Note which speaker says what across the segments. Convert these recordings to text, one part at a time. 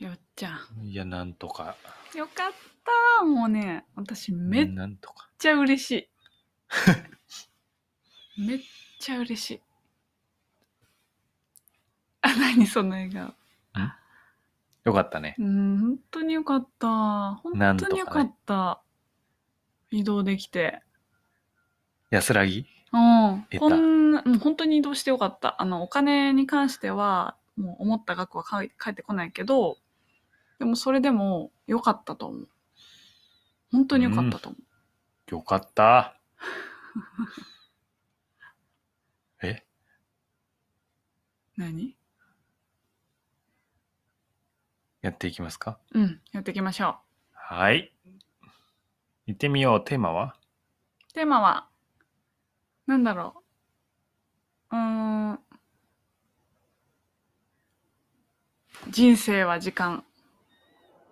Speaker 1: よっちゃん。
Speaker 2: いや、なんとか。
Speaker 1: よかったもうね、私めっ
Speaker 2: なんとか。
Speaker 1: ちゃ嬉し い。めっちゃ嬉しい。あ、何その笑顔。
Speaker 2: よかったね。
Speaker 1: うん、本当によかった。
Speaker 2: な
Speaker 1: 本
Speaker 2: んと
Speaker 1: 当
Speaker 2: か
Speaker 1: に
Speaker 2: ね
Speaker 1: よかった。移動できて。
Speaker 2: 安らぎ
Speaker 1: うん。
Speaker 2: 得た
Speaker 1: こんな、もう本当に移動してよかった。あの、お金に関しては、もう思った額は返返ってこないけど、でもそれでもよかったと思う。本当によかったと思う。
Speaker 2: よかった。え
Speaker 1: 何
Speaker 2: やっていきますか
Speaker 1: うん、やっていきましょ
Speaker 2: はい。行ってみよう。テーマ
Speaker 1: う。
Speaker 2: は
Speaker 1: テーマは、なんだろう。うーん。人生は時間。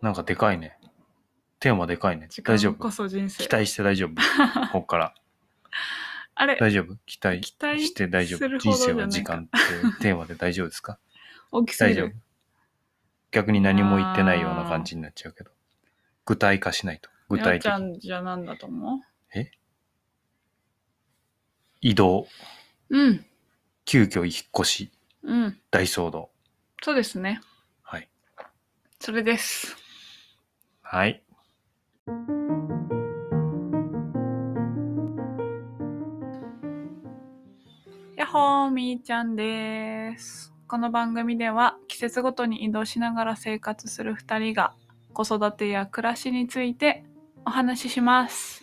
Speaker 2: なんかでかいね。テーマでかいね
Speaker 1: 時。間
Speaker 2: 大丈夫
Speaker 1: こ。そ人生。
Speaker 2: 期待して 大丈夫。こっから。
Speaker 1: あれ、
Speaker 2: 大丈夫期待
Speaker 1: 期待
Speaker 2: して大丈
Speaker 1: す
Speaker 2: 夫。
Speaker 1: るほ
Speaker 2: 人
Speaker 1: どじゃな
Speaker 2: 生
Speaker 1: いか
Speaker 2: は時間ってテーマで大丈夫ですか
Speaker 1: 大きすぎ
Speaker 2: 大丈夫
Speaker 1: る。。
Speaker 2: 逆に何も言ってないような感じになっちゃうけど。具体化しないと。具
Speaker 1: やっ
Speaker 2: 体
Speaker 1: ちゃ
Speaker 2: 的。
Speaker 1: んじゃなんだと思
Speaker 2: 移動、
Speaker 1: ううん、
Speaker 2: 急遽引っ越し、
Speaker 1: うん。
Speaker 2: 大騒動。
Speaker 1: そうですね。
Speaker 2: はい。
Speaker 1: それです。
Speaker 2: はい。
Speaker 1: やっほーみーちゃんです。この番組では季節ごとに移動しながら生活する2人が子育てや暮らしについてお話しします。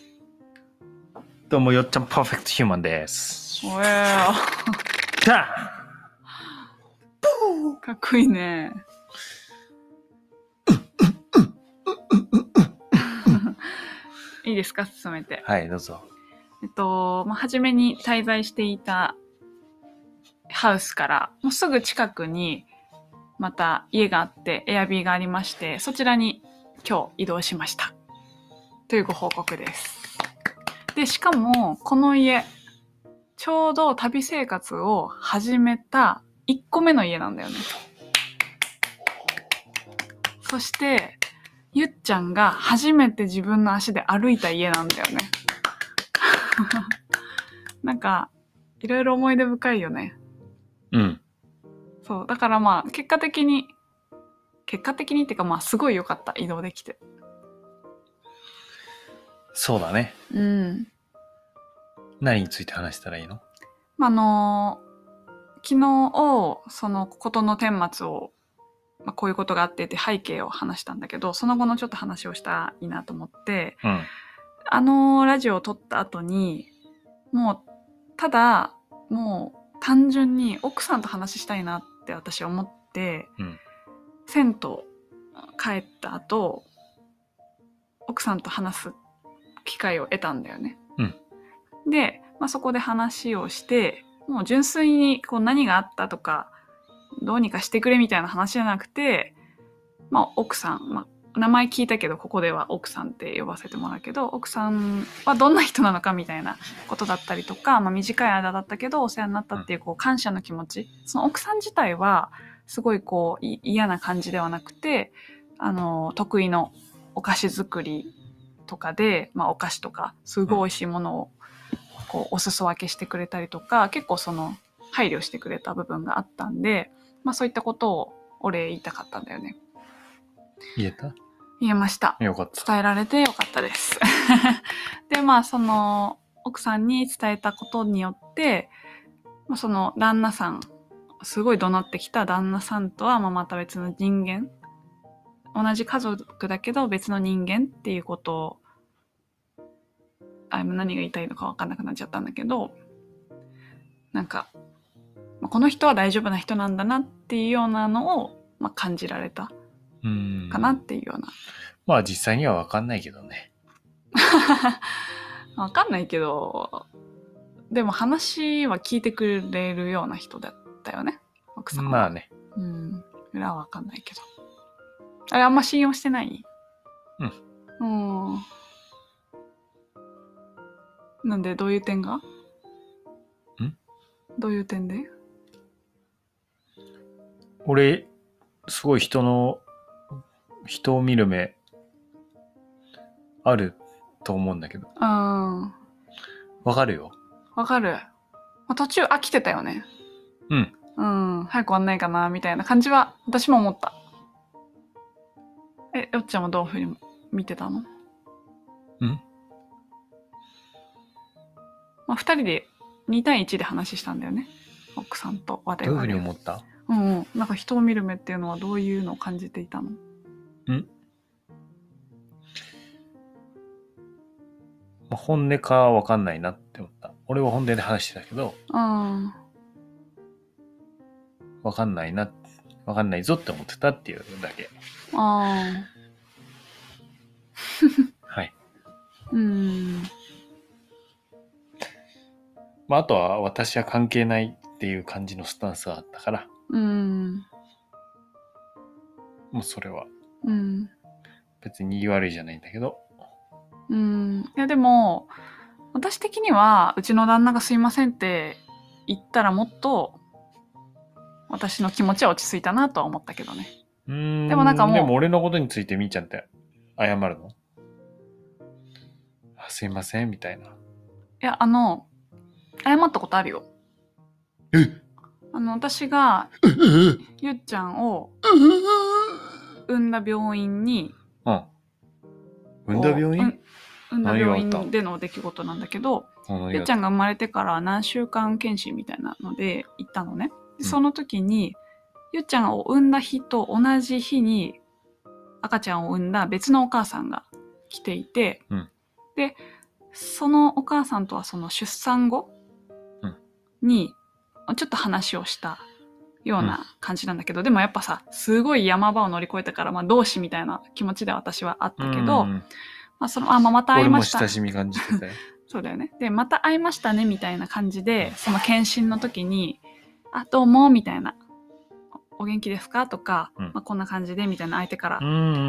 Speaker 2: どうも、よっちゃんパーフェクトヒューマンです。
Speaker 1: おえ
Speaker 2: ダ
Speaker 1: ー、かっこいいね。 いいですか進めて。
Speaker 2: ーンはい、どうぞ。
Speaker 1: えっと、まあ、初めに滞在していたハウスから、もうすぐ近くに、また家があって、エアビーがありまして、そちらに今日移動しました。というご報告です。で、しかも、この家、ちょうど旅生活を始めた1個目の家なんだよね。そして、ゆっちゃんが初めて自分の足で歩いた家なんだよね。なんか、いろいろ思い出深いよね。
Speaker 2: うん。
Speaker 1: そう。だからまあ、結果的に、結果的にっていうかまあ、すごい良かった。移動できて。
Speaker 2: そうだね。
Speaker 1: うん。
Speaker 2: 何について話したらいいの
Speaker 1: まあ、あのー昨日、その、ことの顛末を、まあ、こういうことがあってって背景を話したんだけど、その後のちょっと話をしたいなと思って、
Speaker 2: うん。
Speaker 1: あのラジオを撮った後に、もう、ただ、もう、単純に奥さんと話したいなって私は思って、
Speaker 2: うん
Speaker 1: 銭湯帰った後、奥さんと話す機会を得たんだよね。
Speaker 2: うん
Speaker 1: で、まあ、そこで話をして、もう純粋にこう何があったとか、どうにかしてくれみたいな話じゃなくて、まあ、奥さん、まあ、名前聞いたけどここでは奥さんって呼ばせてもらうけど奥さんはどんな人なのかみたいなことだったりとか、まあ、短い間だったけどお世話になったっていうこう感謝の気持ちその奥さん自体はすごいこうい嫌な感じではなくてあの得意のお菓子作りとかで、まあ、お菓子とかすごい美味しいものをこうお裾分けしてくれたりとか結構その配慮してくれた部分があったんで、まあ、そういったことをお礼言いたかったんだよね。
Speaker 2: 言えた
Speaker 1: 言えました。
Speaker 2: よかった。
Speaker 1: 伝えられてよかったです。で、まあ、その、奥さんに伝えたことによって、まあその、旦那さん、すごい怒鳴ってきた旦那さんとは、まあ、また別の人間、同じ家族だけど別の人間っていうことを、あ、今何が言いたいのか分かんなくなっちゃったんだけど、なんか、まあこの人は大丈夫な人なんだなっていうようなのを、まあ、感じられた
Speaker 2: うん。
Speaker 1: かなっていうような
Speaker 2: まあ実際にはわかんないけどね。
Speaker 1: わかんないけど、でも話は聞いてくれるような人だったよね、奥さんは。
Speaker 2: まあね。
Speaker 1: うん。裏はわかんないけど。あれ、あんま信用してないうん。うん。なんで、どういう点がんどういう点で
Speaker 2: 俺、すごい人の人を見る目、あると思うんだけど。
Speaker 1: うん。
Speaker 2: わかるよ。
Speaker 1: わかる。まあ途中飽きてたよね。
Speaker 2: うん。
Speaker 1: うん。早く終わんないかな、みたいな感じは、私も思った。え、よっちゃんはどういうふうに見てたの
Speaker 2: うん
Speaker 1: まあ、二人で2対1で話したんだよね。奥さんと我
Speaker 2: どうい
Speaker 1: 々。
Speaker 2: うふうに思った
Speaker 1: うんうん。なんか人を見る目っていうのはどういうのを感じていたの
Speaker 2: まあ本音かわかんないなって思った。俺は本音で話してたけど、
Speaker 1: うん。
Speaker 2: わかんないな、わかんないぞって思ってたっていうだけ。
Speaker 1: ああ。
Speaker 2: はい。
Speaker 1: うん。
Speaker 2: まあ、あとは私は関係ないっていう感じのスタンスがあったから、
Speaker 1: うん。
Speaker 2: もうそれは
Speaker 1: うん。
Speaker 2: 別に言い悪いじゃないんだけど、
Speaker 1: うん。いや、でも、私的には、うちの旦那がすいませんって言ったらもっと、私の気持ちは落ち着いたなとは思ったけどね。
Speaker 2: うーん
Speaker 1: でもなんかもう
Speaker 2: でも俺のことについてみーちゃんって謝るのあすいません、みたいな。
Speaker 1: いや、あの、謝ったことあるよ。
Speaker 2: え
Speaker 1: あの、私が、
Speaker 2: うん。
Speaker 1: ゆっちゃんを産んだ病院に、
Speaker 2: 産んだ病院
Speaker 1: こううん産んだ病
Speaker 2: 何があった
Speaker 1: 院での出来事なんだけど、
Speaker 2: ゆ
Speaker 1: ゆっちゃんが生まれてから何週間検診みたいなので行ったのね。でその時に、ゆっちゃんを産んだ日と同じ日に赤ちゃんを産んだ別のお母さんが来ていて、
Speaker 2: うん
Speaker 1: で、そのお母さんとはその出産後
Speaker 2: うん
Speaker 1: にちょっと話をしたような感じなんだけど、でもやっぱさ、すごい山場を乗り越えたから、まあ同志みたいな気持ちで私はあったけど、
Speaker 2: うん
Speaker 1: まあその、あ、まあまた会い
Speaker 2: 俺も
Speaker 1: ました。
Speaker 2: 親しみ感じてたよ。
Speaker 1: そうだよね。で、また会いましたね、みたいな感じで、その検診の時に、あ、どうも、みたいな。おお元気ですかとか、
Speaker 2: うん
Speaker 1: まあ、こんな感じで、みたいな相手から、
Speaker 2: う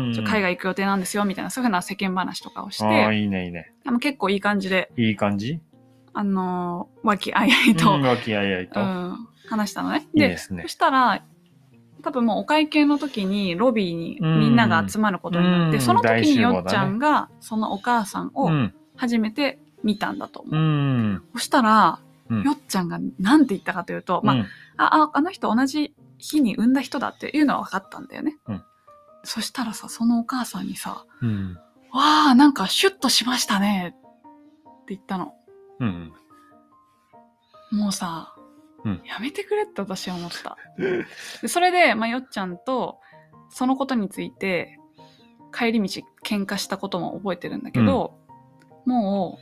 Speaker 2: ん
Speaker 1: ちょ海外行く予定なんですよ、みたいな、そういうふうな世間話とかをし
Speaker 2: ああ、
Speaker 1: て、
Speaker 2: いいね、いいね。
Speaker 1: でも結構いい感じで、
Speaker 2: いい感じ
Speaker 1: あのー和気あいあいと、
Speaker 2: うん和気あいあいと。
Speaker 1: うん話したのね。
Speaker 2: いいですね
Speaker 1: そ。したら、多分もうお会計の時にロビーにみんなが集まることになって、
Speaker 2: うん
Speaker 1: その時に
Speaker 2: 大集合だね
Speaker 1: よっちゃんが、そのお母さん
Speaker 2: う
Speaker 1: を
Speaker 2: ん。
Speaker 1: 初めて見たんだと思う。
Speaker 2: うん。
Speaker 1: そしたら、
Speaker 2: うん
Speaker 1: よっちゃんが何て言ったかというと、まあ、
Speaker 2: うん
Speaker 1: あ、ああの人同じ日に産んだ人だっていうのは分かったんだよね。
Speaker 2: うん
Speaker 1: そしたらさ、そのお母さんにさ、
Speaker 2: うん。
Speaker 1: わあ、なんかシュッとしましたねって言ったの。
Speaker 2: うん。
Speaker 1: もうさ、
Speaker 2: うん
Speaker 1: やめてくれって私は思った。でそれで、まあ、よっちゃんとそのことについて帰り道喧嘩したことも覚えてるんだけど、も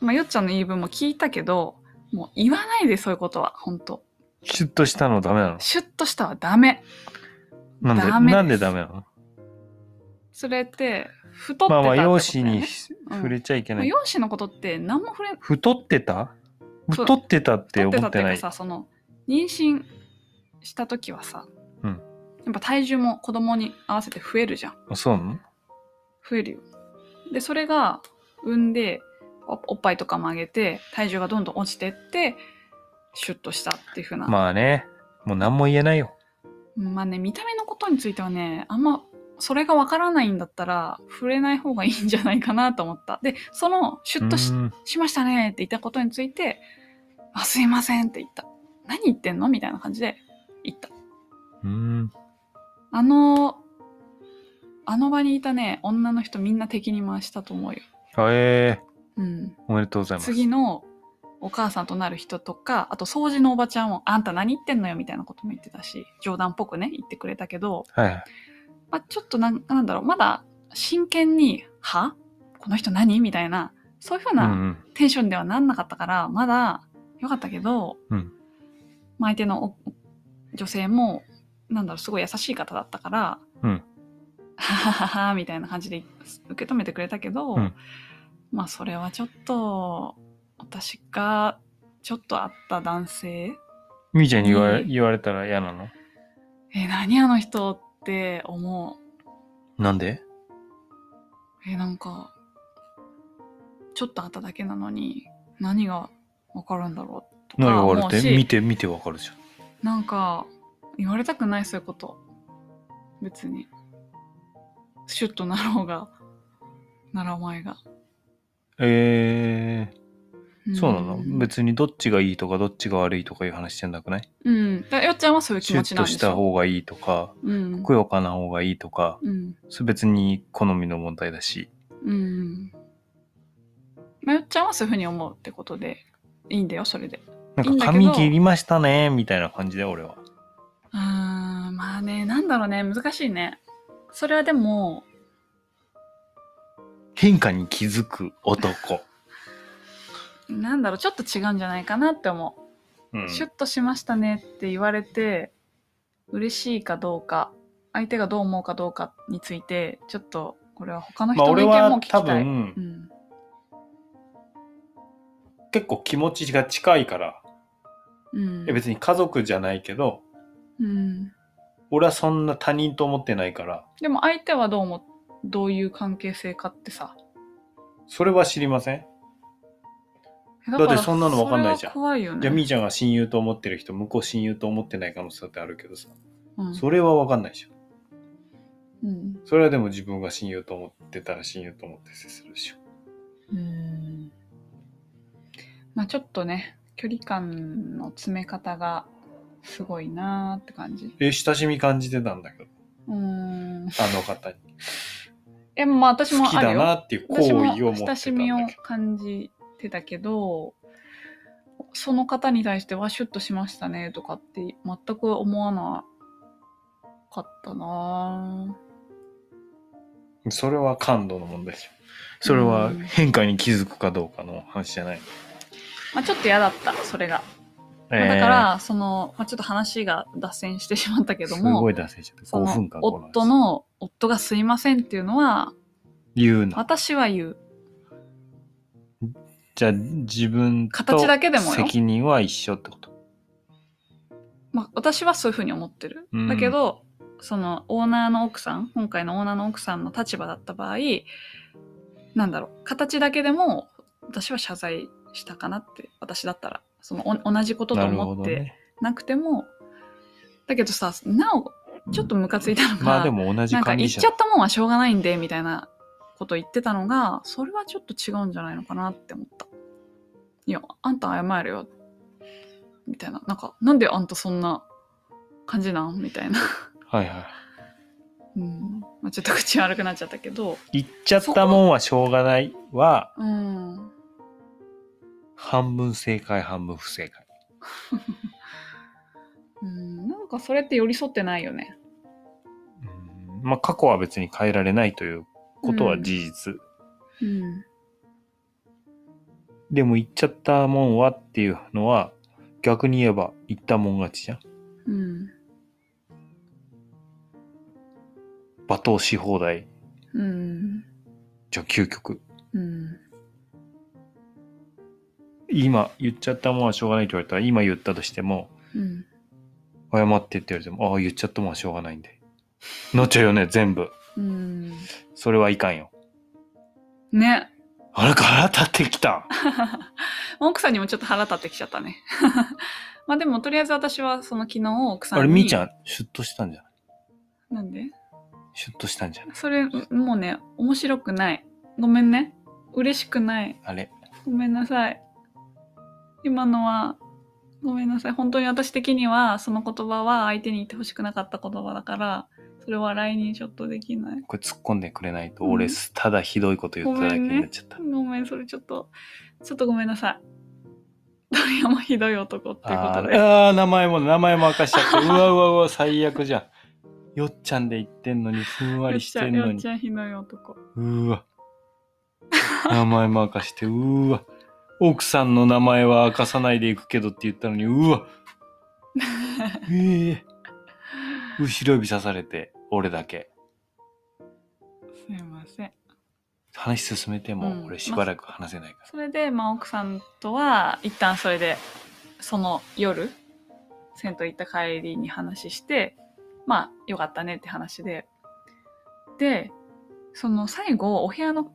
Speaker 1: う、まあ、よっちゃんの言い分も聞いたけどもう言わないでそういうことは本当
Speaker 2: シュッとしたのダメなの
Speaker 1: シュッとしたはダメ
Speaker 2: なんで
Speaker 1: ダメです
Speaker 2: なんでダメなの
Speaker 1: それって太って
Speaker 2: ま
Speaker 1: た
Speaker 2: あ
Speaker 1: ってこと
Speaker 2: まあ、
Speaker 1: だよね、
Speaker 2: 容姿に
Speaker 1: うん
Speaker 2: 触れちゃいけ
Speaker 1: ま
Speaker 2: な
Speaker 1: あ
Speaker 2: い。
Speaker 1: 容姿のことって何も触れ
Speaker 2: 太ってた
Speaker 1: そう
Speaker 2: 太ってたって
Speaker 1: 太って
Speaker 2: 思
Speaker 1: た
Speaker 2: っ
Speaker 1: って
Speaker 2: て
Speaker 1: いう
Speaker 2: な
Speaker 1: か
Speaker 2: い。
Speaker 1: さその妊娠した時はさ、
Speaker 2: うん
Speaker 1: やっぱ体重も子供に合わせて増えるじゃん
Speaker 2: あそうなの
Speaker 1: 増えるよでそれが産んでおおっぱいとかも上げて体重がどんどん落ちてってシュッとしたっていうふうな、ま
Speaker 2: まあね、もう何も言えないよ。
Speaker 1: あね見た目のことについてはねあんまそれがわからないんだったら触れない方がいいんじゃないかなと思ったでそのシュッとし,、
Speaker 2: うん
Speaker 1: しましたねって言ったことについて「あすいません」って言った何言ってんのみたいな感じで言った
Speaker 2: うん。
Speaker 1: あのあの場にいたね女の人みんな敵に回したと思うよ
Speaker 2: あえ
Speaker 1: うん
Speaker 2: ーおめでとうございます。
Speaker 1: 次のお母さんとなる人とかあと掃除のおばちゃんも「あんた何言ってんのよ」みたいなことも言ってたし冗談っぽくね言ってくれたけど、
Speaker 2: はいはい。
Speaker 1: まあ、ちょっとなんなんだろうまだ真剣に「はこの人何?」みたいなそういうふう
Speaker 2: うんう。
Speaker 1: なんテンションではなんなかったから、まだよかったけど、
Speaker 2: うん
Speaker 1: まあ相手のお女性もなんだろうすごい優しい方だったから、
Speaker 2: うん
Speaker 1: ははははみたいな感じで受け止めてくれたけど、
Speaker 2: うん
Speaker 1: まあそれはちょっと私がちょっと会った男性
Speaker 2: みーちゃんに言われ
Speaker 1: うん
Speaker 2: 言われたら嫌なの
Speaker 1: え何あの人って思
Speaker 2: なんで
Speaker 1: うえなんかちょっと会っただけなのに何が分かるんだろうとか
Speaker 2: 何言われ
Speaker 1: 思う
Speaker 2: て
Speaker 1: し
Speaker 2: 見て見てわかるじゃん。
Speaker 1: なんか、言われたくない、そういうこと。別に。シュッとなろうが、ならまいが。
Speaker 2: えー、そうなの
Speaker 1: ん
Speaker 2: 別にどっちがいいとかどっちが悪いとかいう話じゃなくない
Speaker 1: うん。だからよっちゃんはそういう気
Speaker 2: シュ
Speaker 1: 持ち
Speaker 2: ッ
Speaker 1: なんで
Speaker 2: と
Speaker 1: しょ
Speaker 2: した方がいいとか、
Speaker 1: うん
Speaker 2: ふ。くよかな方がいいとか、
Speaker 1: うん。
Speaker 2: それ別に好みの問題だし。
Speaker 1: うん。まあ、よっちゃんはそういうふうに思うってことで、いいんだよ、それで。
Speaker 2: なんか
Speaker 1: いいん
Speaker 2: 髪
Speaker 1: だけど
Speaker 2: 切りましたね、みたいな感じで俺は。
Speaker 1: うーん、まあね、なんだろうね、難しいね。それはでも、
Speaker 2: 変化に気づく男。
Speaker 1: なんだろう、ちょっと違うんじゃないかなって思
Speaker 2: う
Speaker 1: う。
Speaker 2: ん、
Speaker 1: シュッとしましたねって言われて、嬉しいかどうか、相手がどう思うかどうかについて、ちょっと、これは他の人
Speaker 2: まあ
Speaker 1: の
Speaker 2: 俺
Speaker 1: 意見も
Speaker 2: は
Speaker 1: 聞きた
Speaker 2: 多
Speaker 1: い。
Speaker 2: 分
Speaker 1: う、ん。
Speaker 2: 結構気持ちが近いから、
Speaker 1: うん
Speaker 2: いや。別に家族じゃないけど、
Speaker 1: うん。
Speaker 2: 俺はそんな他人と思ってないから、
Speaker 1: でも相手はどうも、どういう関係性かってさ。
Speaker 2: それは知りません。
Speaker 1: えだ
Speaker 2: だっ
Speaker 1: か
Speaker 2: て
Speaker 1: ら
Speaker 2: そんなのわかんないじゃん
Speaker 1: それは怖いよね。
Speaker 2: じゃあみーちゃんが親友と思ってる人、向こう親友と思ってない可能性だってあるけどさ、
Speaker 1: うん
Speaker 2: それはわかんないじゃん。
Speaker 1: うん。
Speaker 2: それはでも自分が親友と思ってたら親友と思って接するでしょ。
Speaker 1: うーんまあちょっとね距離感の詰め方がすごいなーって感じ
Speaker 2: え、親しみ感じてたんだけど、
Speaker 1: うーん
Speaker 2: あの方に。
Speaker 1: えまあ私も
Speaker 2: 好き
Speaker 1: ある
Speaker 2: だな
Speaker 1: よ
Speaker 2: っていう行
Speaker 1: 私
Speaker 2: 為
Speaker 1: も
Speaker 2: を持ってたん
Speaker 1: 親
Speaker 2: だ
Speaker 1: しみを
Speaker 2: けど。
Speaker 1: 感じてたけどその方に対してはシュッとしましたねとかって全く思わなかったな
Speaker 2: それは感度の問題でしょ。それは変化に気づくかどうかの話じゃない。
Speaker 1: ー、まあ、ちょっと嫌だったそれが、まあだからその、まあ、ちょっと話が脱線してしまった
Speaker 2: え
Speaker 1: け
Speaker 2: ー
Speaker 1: ど
Speaker 2: す
Speaker 1: も
Speaker 2: ごい脱線しちゃった。
Speaker 1: そ
Speaker 2: 5
Speaker 1: の
Speaker 2: 分間こ話
Speaker 1: 夫の夫が「すいません」っていうのは
Speaker 2: 言うな。
Speaker 1: 私は言う
Speaker 2: じゃあ自分と
Speaker 1: 形だけでもよ
Speaker 2: 責任は一緒ってこと。
Speaker 1: まあ、私はそういうふうに思ってる。
Speaker 2: うん
Speaker 1: だけど、そのオーナーの奥さん、今回のオーナーの奥さんの立場だった場合、なんだろう、形だけでも私は謝罪したかなって、私だったら、そのお同じことと
Speaker 2: なるほ
Speaker 1: 思
Speaker 2: ど
Speaker 1: って
Speaker 2: ね。
Speaker 1: なくても、だけどさ、なお、ちょっとムカついたのが、
Speaker 2: まあでも同じ
Speaker 1: なんか
Speaker 2: 管
Speaker 1: 言
Speaker 2: 理
Speaker 1: っ
Speaker 2: 者
Speaker 1: ちゃったもんはしょうがないんで、みたいなこと言ってたのが、それはちょっと違うんじゃないのかなって思った。いや、あんた謝れよ。みたいな。なんか、なんであんたそんな感じなんみたいな。
Speaker 2: はいは
Speaker 1: うん。まあ、ちょっと口悪くなっちゃったけど。
Speaker 2: い。言っちゃったもんはしょうがないは
Speaker 1: うん。
Speaker 2: 半分正解半分不正解。
Speaker 1: うん。なんかそれって寄り添ってないよね。
Speaker 2: うんまあ過去は別に変えられないということは事実。
Speaker 1: うん。
Speaker 2: でも言っちゃったもんはっていうのは逆に言えば言ったもん勝ちじゃん。
Speaker 1: うん。
Speaker 2: 罵倒し放題。
Speaker 1: うん。
Speaker 2: じゃあ究極。
Speaker 1: うん。
Speaker 2: 今言っちゃったもんはしょうがないって言われたら今言ったとしても
Speaker 1: うん。
Speaker 2: 謝ってって言われてもああ言っちゃったもんはしょうがないんで。なっちゃうよね全部。
Speaker 1: うん。
Speaker 2: それはいかんよ。
Speaker 1: ね。
Speaker 2: あら腹立って きた。
Speaker 1: 奥さんにもちょっと腹立ってきちゃったね。 まあでもとりあえず私はその昨日奥さん
Speaker 2: あ
Speaker 1: に。
Speaker 2: れみーちゃんシュッとしたんじゃない
Speaker 1: なんで
Speaker 2: シュッとしたんじゃない
Speaker 1: それもうね、面白くない。ごめんね。嬉しくない。
Speaker 2: あれ
Speaker 1: ごめんなさい。今のは、ごめんなさい。本当に私的にはその言葉は相手に言ってほしくなかった言葉だから、それは来にちょっとできない。
Speaker 2: これ突っ込んでくれないと
Speaker 1: うん
Speaker 2: 俺、ただひどいこと言っただけになっちゃった。
Speaker 1: ごめん、それちょっと、ちょっとごめんなさい。鳥山ひどい男っていうこ
Speaker 2: あ
Speaker 1: と
Speaker 2: ー
Speaker 1: で。
Speaker 2: あー名前も名前も明かしちゃってうわうわうわ最悪じゃんよっちゃんで言ってんのにふんわ
Speaker 1: よっ
Speaker 2: りし
Speaker 1: ち
Speaker 2: て
Speaker 1: ゃん、
Speaker 2: ん
Speaker 1: よ
Speaker 2: の
Speaker 1: っ
Speaker 2: に
Speaker 1: ちゃんひどい男。
Speaker 2: うーわ名前も明かしてうーわ奥さんの名前は明かさないでいくけどって言ったのに うわええ後ろ指刺されて俺だけ
Speaker 1: すいません。
Speaker 2: 話進めて
Speaker 1: うん
Speaker 2: も俺しばらく話せないから、
Speaker 1: それで、まあ、奥さんとは一旦それでその夜銭湯行った帰りに話してまあよかったねって話ででその最後お部屋の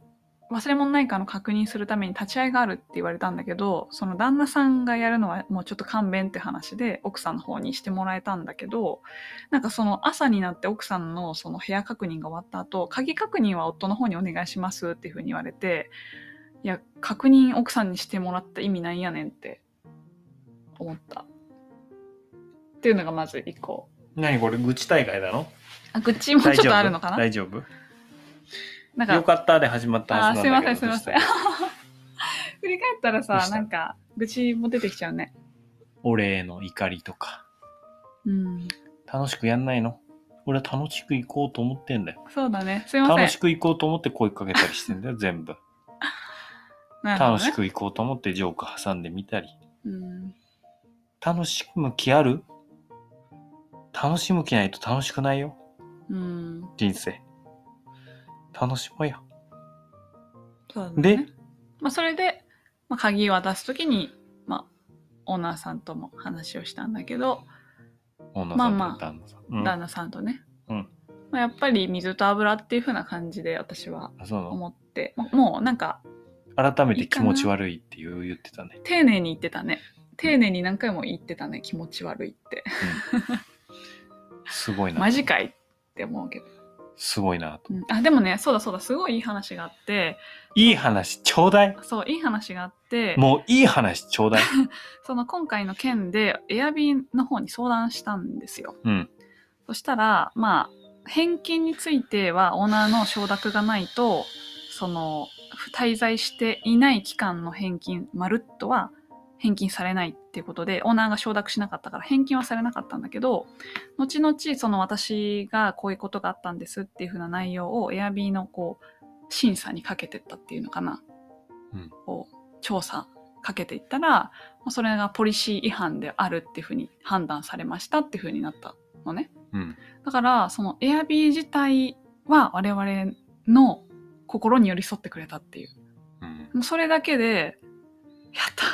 Speaker 1: 忘れ物ないかの確認するために立ち会いがあるって言われたんだけどその旦那さんがやるのはもうちょっと勘弁って話で奥さんの方にしてもらえたんだけどなんかその朝になって奥さんのその部屋確認が終わった後鍵確認は夫の方にお願いしますっていうふうに言われていや確認奥さんにしてもらった意味ないやねんって思ったっていうのがまず一個
Speaker 2: 何これ愚痴大会なの
Speaker 1: あ愚痴も ちょっとあるのかな
Speaker 2: 大丈夫
Speaker 1: なん
Speaker 2: よかったで始まったはずなんだけど
Speaker 1: あすいません
Speaker 2: どう
Speaker 1: すいません
Speaker 2: した
Speaker 1: 振り返ったら
Speaker 2: どう
Speaker 1: さ
Speaker 2: し、た
Speaker 1: なんか、愚痴も出てきちゃうね。
Speaker 2: お礼の怒りとか
Speaker 1: うん。
Speaker 2: 楽しくやんないの俺は楽しく行こうと思ってんだよ
Speaker 1: そうだね。すいません。
Speaker 2: 楽しく行こうと思って声かけたりしてんだよ全部
Speaker 1: なるほど
Speaker 2: 楽
Speaker 1: ね
Speaker 2: し。く行こうと思ってジョーク挟んでみたり
Speaker 1: うん。
Speaker 2: 楽しむ気ある楽しむ気ないと楽しくないよ
Speaker 1: うん。
Speaker 2: 人生楽しもうよ
Speaker 1: そうだね。
Speaker 2: で
Speaker 1: まあ、それで、まあ、鍵を渡すときに、まあ、オーナーさんとも話をしたんだけど、
Speaker 2: 女
Speaker 1: ま
Speaker 2: さ
Speaker 1: あ
Speaker 2: ん
Speaker 1: まあ
Speaker 2: と旦那さん、うん
Speaker 1: 旦那さんとね。
Speaker 2: うん
Speaker 1: まあ、やっぱり水と油っていう風な感じで私は
Speaker 2: あそうなの
Speaker 1: 思って、まあもうなんか、
Speaker 2: 改めて気持ち悪いっていう言ってたね
Speaker 1: 丁寧に言ってたね。丁寧に何回も言ってたね。気持ち悪いって。
Speaker 2: すごいな
Speaker 1: マジかいって思うけど。
Speaker 2: すごいなと
Speaker 1: うん、あでもねそうだそうだすごいいい話があって
Speaker 2: いい話ちょうだい
Speaker 1: そういい話があって
Speaker 2: もういい話ちょ うだい
Speaker 1: その今回の件でエアビーの方に相談したんですよ
Speaker 2: うん
Speaker 1: そしたらまあ返金についてはオーナーの承諾がないとその滞在していない期間の返金まるっとは返金されないっていうことでオーナーが承諾しなかったから返金はされなかったんだけど後々その私がこういうことがあったんですっていうふうな内容をエアビーのこう審査にかけてったっていうのかな、
Speaker 2: うん
Speaker 1: こう調査かけていったらまあそれがポリシー違反であるっていうふうに判断されましたっていうふうになったのね。
Speaker 2: うん
Speaker 1: だから、その Airb 自体は我々の心に寄り添ってくれたっていう。
Speaker 2: うん
Speaker 1: もうそれだけで、やった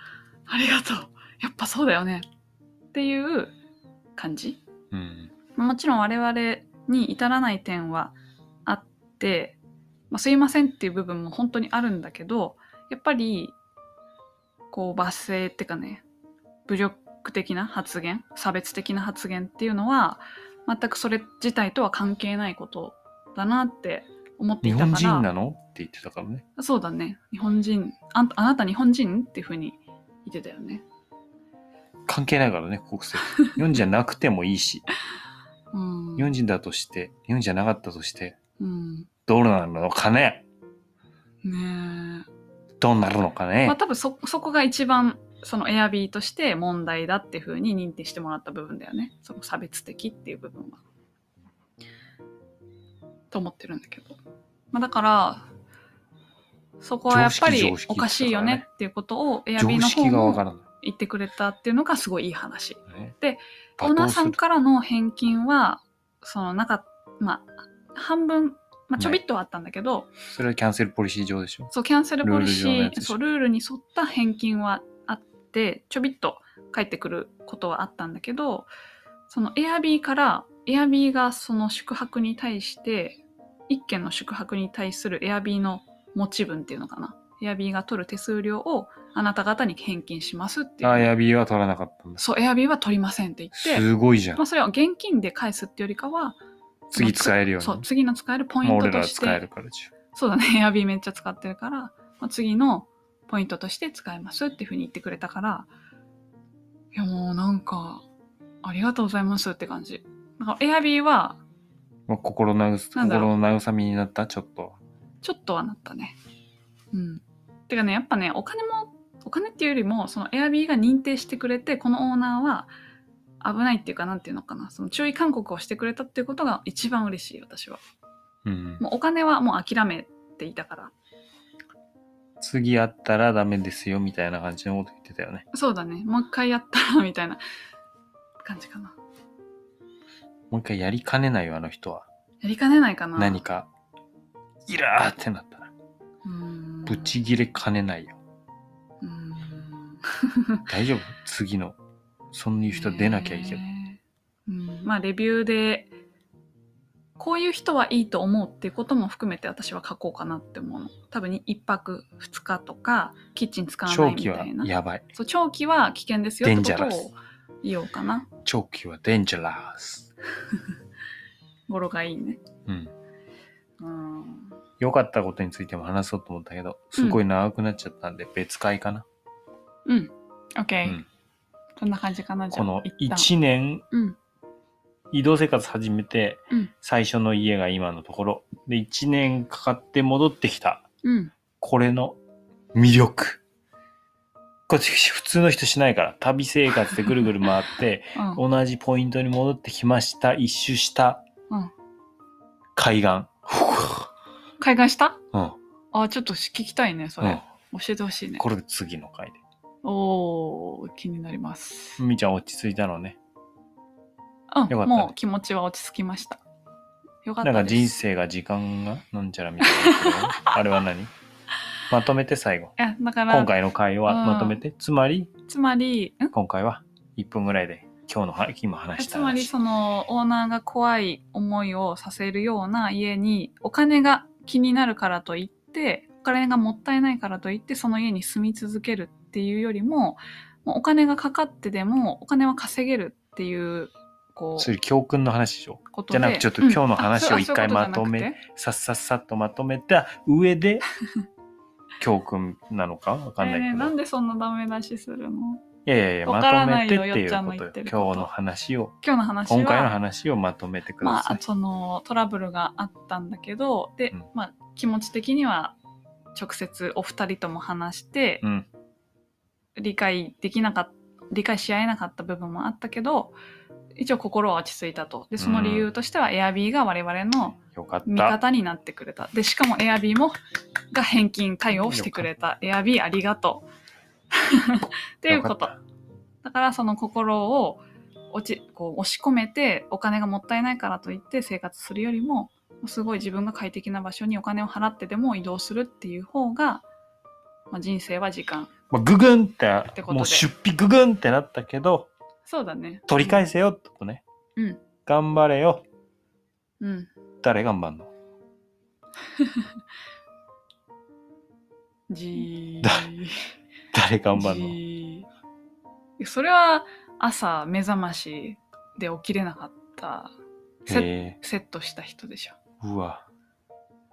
Speaker 1: ありがとうやっぱそうだよねっていう感じ。
Speaker 2: うん
Speaker 1: もちろん我々に至らない点はあって、まあ、すいませんっていう部分も本当にあるんだけど、やっぱり、こう罵声っていうかね、侮辱的な発言、差別的な発言っていうのは、全くそれ自体とは関係ないことだなって思ってい
Speaker 2: 日
Speaker 1: たから。
Speaker 2: 本人なのって言ってたからね
Speaker 1: そうだね。日本人、あんあなた日本人っていうふうに言ってたよね。
Speaker 2: 関係ないからね国籍日本人じゃなくてもいいし
Speaker 1: うん。
Speaker 2: 日本人だとして日本人じゃなかったとして
Speaker 1: うん。
Speaker 2: どうなるのかね
Speaker 1: ねえ。
Speaker 2: どうなるのかね、
Speaker 1: まあ多分そ、そこが一番、そのエアビーとして問題だっていうふうに認定してもらった部分だよね。その差別的っていう部分は。と思ってるんだけど。まあだから、そこはやっぱり
Speaker 2: 常識常識
Speaker 1: おかしいよねっていうことをエアビー
Speaker 2: 常
Speaker 1: の
Speaker 2: 識が
Speaker 1: 方
Speaker 2: わか
Speaker 1: も
Speaker 2: らな
Speaker 1: 言ってくれたっていうのがすごいいい話。
Speaker 2: い、ね、
Speaker 1: で
Speaker 2: 罵倒する、
Speaker 1: オーナーさんからの返金は、そのなかっまあ、半分、まあ、ちょびっとはあったんだけど、
Speaker 2: それはキャンセルポリシー上でしょ
Speaker 1: そう、キャンセルポリシ
Speaker 2: ルール上の
Speaker 1: ー
Speaker 2: やつでしょ
Speaker 1: そう、ルールに沿った返金はあって、ちょびっと返ってくることはあったんだけど、そのエアビーから、エアビーがその宿泊に対して、一軒の宿泊に対するエアビーの持ち分っていうのかな。エアビーが取る手数料をあなた方に返金しますっていう。
Speaker 2: あやびは取らなかったんだ
Speaker 1: そう、エアビーは取りませんって言って、
Speaker 2: すごいじゃん
Speaker 1: まあ、それは現金で返すってよりかは
Speaker 2: 次使えるように
Speaker 1: そう次の使えるポイ
Speaker 2: も
Speaker 1: ン
Speaker 2: う
Speaker 1: ト
Speaker 2: 俺ら
Speaker 1: と
Speaker 2: は
Speaker 1: して
Speaker 2: 使えるからじ
Speaker 1: そうだねエ アビーめっちゃ使ってるから、まあ、次のポイントとして使えますっていうふうに言ってくれたからいやもうなんかありがとうございますって感じだからエアビーは
Speaker 2: ゃんまあ心なぐす
Speaker 1: なんだろう
Speaker 2: 心の慰めになったちょっと
Speaker 1: ちょっとはなったねうんてかねやっぱねお金もお金っていうよりもそのエアビーが認定してくれてこのオーナーは危ないっていうかなんていうのかなその注意勧告をしてくれたっていうことが一番嬉しい私は
Speaker 2: うん
Speaker 1: もうお金はもう諦めていたから。
Speaker 2: 次会ったらダメですよみたいな感じのこと言ってたよね
Speaker 1: そうだね。もう一回やったら、みたいな感じかな。
Speaker 2: もう一回やりかねないよあの人は
Speaker 1: やりかねないかな。
Speaker 2: 何かイラーってなったら
Speaker 1: うーん。
Speaker 2: ブチギレかねないよ
Speaker 1: うーん。
Speaker 2: 大丈夫次のそういう人出なきゃいけない
Speaker 1: ねえうん。まあ、レビューで、こういう人はいいと思うっていうことも含めて私は書こうかなって思うの。多分に1泊2日とかキッチン使わな
Speaker 2: 長
Speaker 1: いみ
Speaker 2: 期は
Speaker 1: たいな。
Speaker 2: やばい。
Speaker 1: そう長期は危険ですよってこと
Speaker 2: Dangerous
Speaker 1: を言おうかな。
Speaker 2: 長期はデンジャラス。
Speaker 1: 語呂がいいね。
Speaker 2: うん。
Speaker 1: うん。
Speaker 2: 良かったことについても話そうと思ったけど、すごい長くなっちゃったんで、別会かな。
Speaker 1: うん。OK、
Speaker 2: うん
Speaker 1: こんな感じかなじゃあ
Speaker 2: この
Speaker 1: 一旦
Speaker 2: 1年、
Speaker 1: うん
Speaker 2: 移動生活始めて
Speaker 1: うん、
Speaker 2: 最初の家が今のところ。で、1年かかって戻ってきた。
Speaker 1: うん。
Speaker 2: これの魅力。これ普通の人しないから、旅生活でぐるぐる 回って、
Speaker 1: うん
Speaker 2: 同じポイントに戻ってきました。一周した。
Speaker 1: うん
Speaker 2: 海岸。
Speaker 1: 海外した
Speaker 2: うん。
Speaker 1: あ、ちょっと聞きたいね、それ。教えてほしいね。
Speaker 2: これで次の回で。
Speaker 1: おー、気になります。
Speaker 2: みーちゃん落ち着いたのね。
Speaker 1: うん、
Speaker 2: たね
Speaker 1: もう気持ちは落ち着きました。よかったで
Speaker 2: なん
Speaker 1: す。
Speaker 2: か人生が時間がなんちゃらみたいなことよ。 あれは何まとめて最後。
Speaker 1: いや、だから、
Speaker 2: 今回の回は
Speaker 1: うん
Speaker 2: まとめて。つまり、
Speaker 1: つまり、ん
Speaker 2: 今回は1分ぐらいで今日のは今話した
Speaker 1: つまり
Speaker 2: 話。
Speaker 1: そのオーナーが怖い思いをさせるような家にお金が気になるからといってお金がもったいないからといってその家に住み続けるっていうよりももうお金がかかってでもお金は稼げるっていうこ
Speaker 2: そうれ教訓の話でしょ。
Speaker 1: こと
Speaker 2: じ
Speaker 1: で
Speaker 2: ゃなくちょっと今日の
Speaker 1: うん
Speaker 2: 話を
Speaker 1: あそう
Speaker 2: 一回
Speaker 1: あそういうこと
Speaker 2: まとめ
Speaker 1: じゃなくて
Speaker 2: さっさっさっとまとめた 上で教訓なのかわかん
Speaker 1: え
Speaker 2: ない
Speaker 1: ー
Speaker 2: け
Speaker 1: な
Speaker 2: ど。
Speaker 1: んでそんなダメ出しするの
Speaker 2: いやいやいや、
Speaker 1: わ
Speaker 2: ま
Speaker 1: から
Speaker 2: と
Speaker 1: な
Speaker 2: め
Speaker 1: い
Speaker 2: てっ
Speaker 1: よ
Speaker 2: て
Speaker 1: よ
Speaker 2: いう
Speaker 1: っちゃんの
Speaker 2: こ
Speaker 1: 言っ
Speaker 2: と
Speaker 1: て
Speaker 2: よ。
Speaker 1: ること
Speaker 2: 今日の話を、
Speaker 1: 今日の話は
Speaker 2: 今回の話をまとめてくだ
Speaker 1: ま
Speaker 2: さ
Speaker 1: あ
Speaker 2: い。
Speaker 1: そのトラブルがあったんだけどで、
Speaker 2: うん
Speaker 1: まあ気持ち的には直接お二人とも話して、
Speaker 2: うん
Speaker 1: 理解できなかった理解し合えなかった部分もあったけど一応心は落ち着いたとでその理由としては Airb が我々の
Speaker 2: よかっ
Speaker 1: 味
Speaker 2: た。
Speaker 1: 方になってくれたでしかも Airb もが返金対応してくれた Airb ありがとう っていうこ
Speaker 2: よか
Speaker 1: と
Speaker 2: っ
Speaker 1: だからその心を落ちこう押し込めてお金がもったいないからといって生活するよりもすごい自分が快適な場所にお金を払ってでも移動するっていう方が、まあ、人生は時間
Speaker 2: まあ、ググンって
Speaker 1: てことで
Speaker 2: もう出費ググンってなったけど
Speaker 1: そうだね
Speaker 2: 取り返せよってことね、
Speaker 1: うん
Speaker 2: 頑張れよ
Speaker 1: うん
Speaker 2: 誰頑張んの
Speaker 1: じー
Speaker 2: だ誰頑張んの
Speaker 1: じーそれは朝目覚ましで起きれなかったセッ
Speaker 2: へえ
Speaker 1: セットした人でしょ
Speaker 2: うわ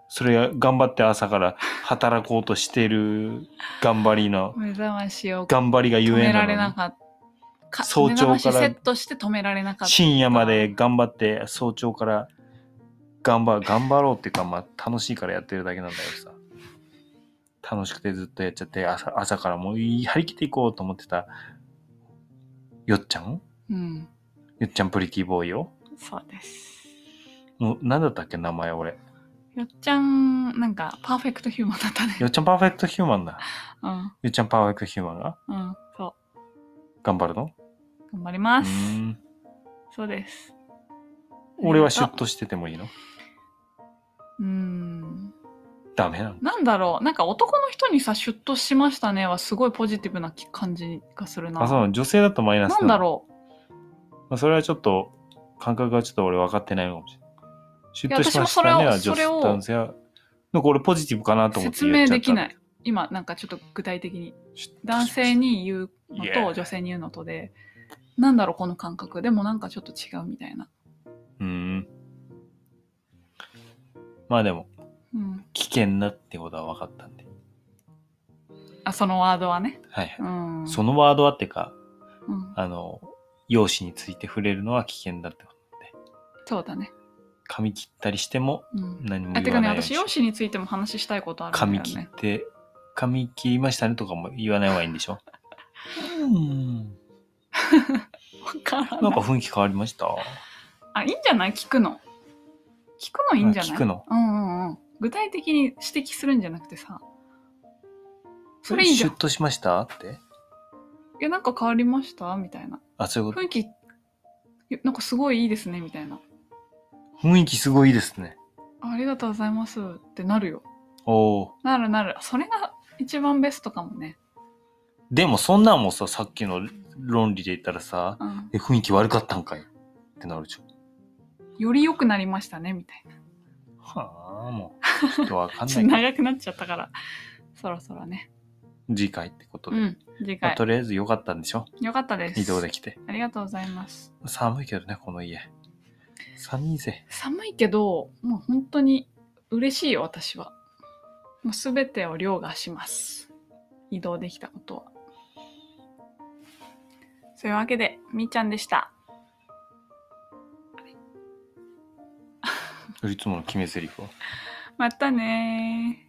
Speaker 2: それ頑張って朝から働こうとしてる頑張りの
Speaker 1: 目覚ましを
Speaker 2: 頑張りが
Speaker 1: 止
Speaker 2: ゆえ
Speaker 1: められ
Speaker 2: な
Speaker 1: な
Speaker 2: の
Speaker 1: かったか
Speaker 2: 早朝から
Speaker 1: 目覚ましセットして止められなか
Speaker 2: に
Speaker 1: っ
Speaker 2: 深夜まで頑張って早朝から頑張頑張ろうっていうか、まあ、楽しいからやってるだけなんだけどさ楽しくてずっとやっちゃって朝朝からもういい張り切っていこうと思ってたよっちゃん
Speaker 1: たうん
Speaker 2: よっちゃんプリティボーイよ。
Speaker 1: そうです
Speaker 2: もう、なんだったっけ、名前俺。
Speaker 1: よっちゃんなんかパーフェクトヒューマンだったね
Speaker 2: よっちゃんパーフェクトヒューマンだ。
Speaker 1: うん
Speaker 2: よっちゃんパーフェクトヒューマンが
Speaker 1: うんそ
Speaker 2: 頑張るの
Speaker 1: う頑張り
Speaker 2: う
Speaker 1: ます
Speaker 2: ーん。
Speaker 1: そうです
Speaker 2: 俺はシュ
Speaker 1: あ
Speaker 2: ッとしててもいいの
Speaker 1: うん
Speaker 2: ダメなの
Speaker 1: なんだろうなんか男の人にさ「シュッとしましたね」はすごいポジティブなき感じがするな
Speaker 2: あ、そうなの女性だとマイナス
Speaker 1: なんだろ
Speaker 2: う、まあ、それはちょっと、感覚がちょっと俺分かってないのかもしれない。シュッとしました
Speaker 1: い
Speaker 2: ね
Speaker 1: や
Speaker 2: は
Speaker 1: 私も
Speaker 2: 女
Speaker 1: それを
Speaker 2: 性、男性は、なんか俺ポジティブかな
Speaker 1: う
Speaker 2: と思って
Speaker 1: 説
Speaker 2: 言
Speaker 1: 明
Speaker 2: っちゃった
Speaker 1: できない。今なんかちょっと具体的に
Speaker 2: シュッとし
Speaker 1: 男性に言うの
Speaker 2: Yeah
Speaker 1: と女性に言うのとでなんだろうこの感覚でもなんかちょっと違うみたいな、
Speaker 2: うーん。まあでも、
Speaker 1: うん、
Speaker 2: 危険だってことは分かったんで。
Speaker 1: あそのワードはね、
Speaker 2: はいはい。
Speaker 1: うん、
Speaker 2: そのワードはってか、
Speaker 1: うん
Speaker 2: あの、容姿について触れるのは危険だってこと。
Speaker 1: そうだね、
Speaker 2: 噛み切ったりしても
Speaker 1: うん、
Speaker 2: 何も
Speaker 1: あて
Speaker 2: 言
Speaker 1: か
Speaker 2: わ
Speaker 1: ね
Speaker 2: ないように
Speaker 1: 私
Speaker 2: し
Speaker 1: 容姿についても話したいことある
Speaker 2: 噛
Speaker 1: んだ
Speaker 2: み
Speaker 1: よ
Speaker 2: 切っ
Speaker 1: ね
Speaker 2: て噛み切りましたねとかも言わない方がいいんでしょうん
Speaker 1: わから
Speaker 2: なん
Speaker 1: な
Speaker 2: か
Speaker 1: い
Speaker 2: 雰囲気変わりました
Speaker 1: あいいんじゃない聞くの聞くのいいんじゃない
Speaker 2: あ聞くの
Speaker 1: うんうんうん具体的に指摘するんじゃなくてさそれいいじゃん
Speaker 2: シュッとしましたって
Speaker 1: いやなんか変わりましたみたいな
Speaker 2: あそういうこ
Speaker 1: 雰囲気いやなんかすごいいいですねみたいな
Speaker 2: と雰囲気すごいいいですね
Speaker 1: ありがとうございますってなるよ
Speaker 2: おお
Speaker 1: なるなるそれが一番ベストかもね
Speaker 2: でもそんなんもささっきの論理で言ったらさ
Speaker 1: うん
Speaker 2: え雰囲気悪かったんかいってなるでしょ
Speaker 1: より良くなりましたね、みたいな。
Speaker 2: はあ、もう、ちょっとわかん
Speaker 1: ち
Speaker 2: な
Speaker 1: ょっ
Speaker 2: い
Speaker 1: と長
Speaker 2: けど。
Speaker 1: くなっちゃったから、そろそろね。
Speaker 2: 次回ってこと
Speaker 1: う
Speaker 2: で。
Speaker 1: ん、次
Speaker 2: まあ
Speaker 1: 回。
Speaker 2: とりあえず良かったんでしょ
Speaker 1: よかったです。
Speaker 2: 移動できて。
Speaker 1: ありがとうございます。
Speaker 2: 寒いけどね、この家。寒いぜ。
Speaker 1: 寒いけど、もう本当に嬉しいよ、私は。もうすべてを凌駕します。移動できたことは。そういうわけで、みーちゃんでした。
Speaker 2: いつもの決め台詞は。
Speaker 1: またねー。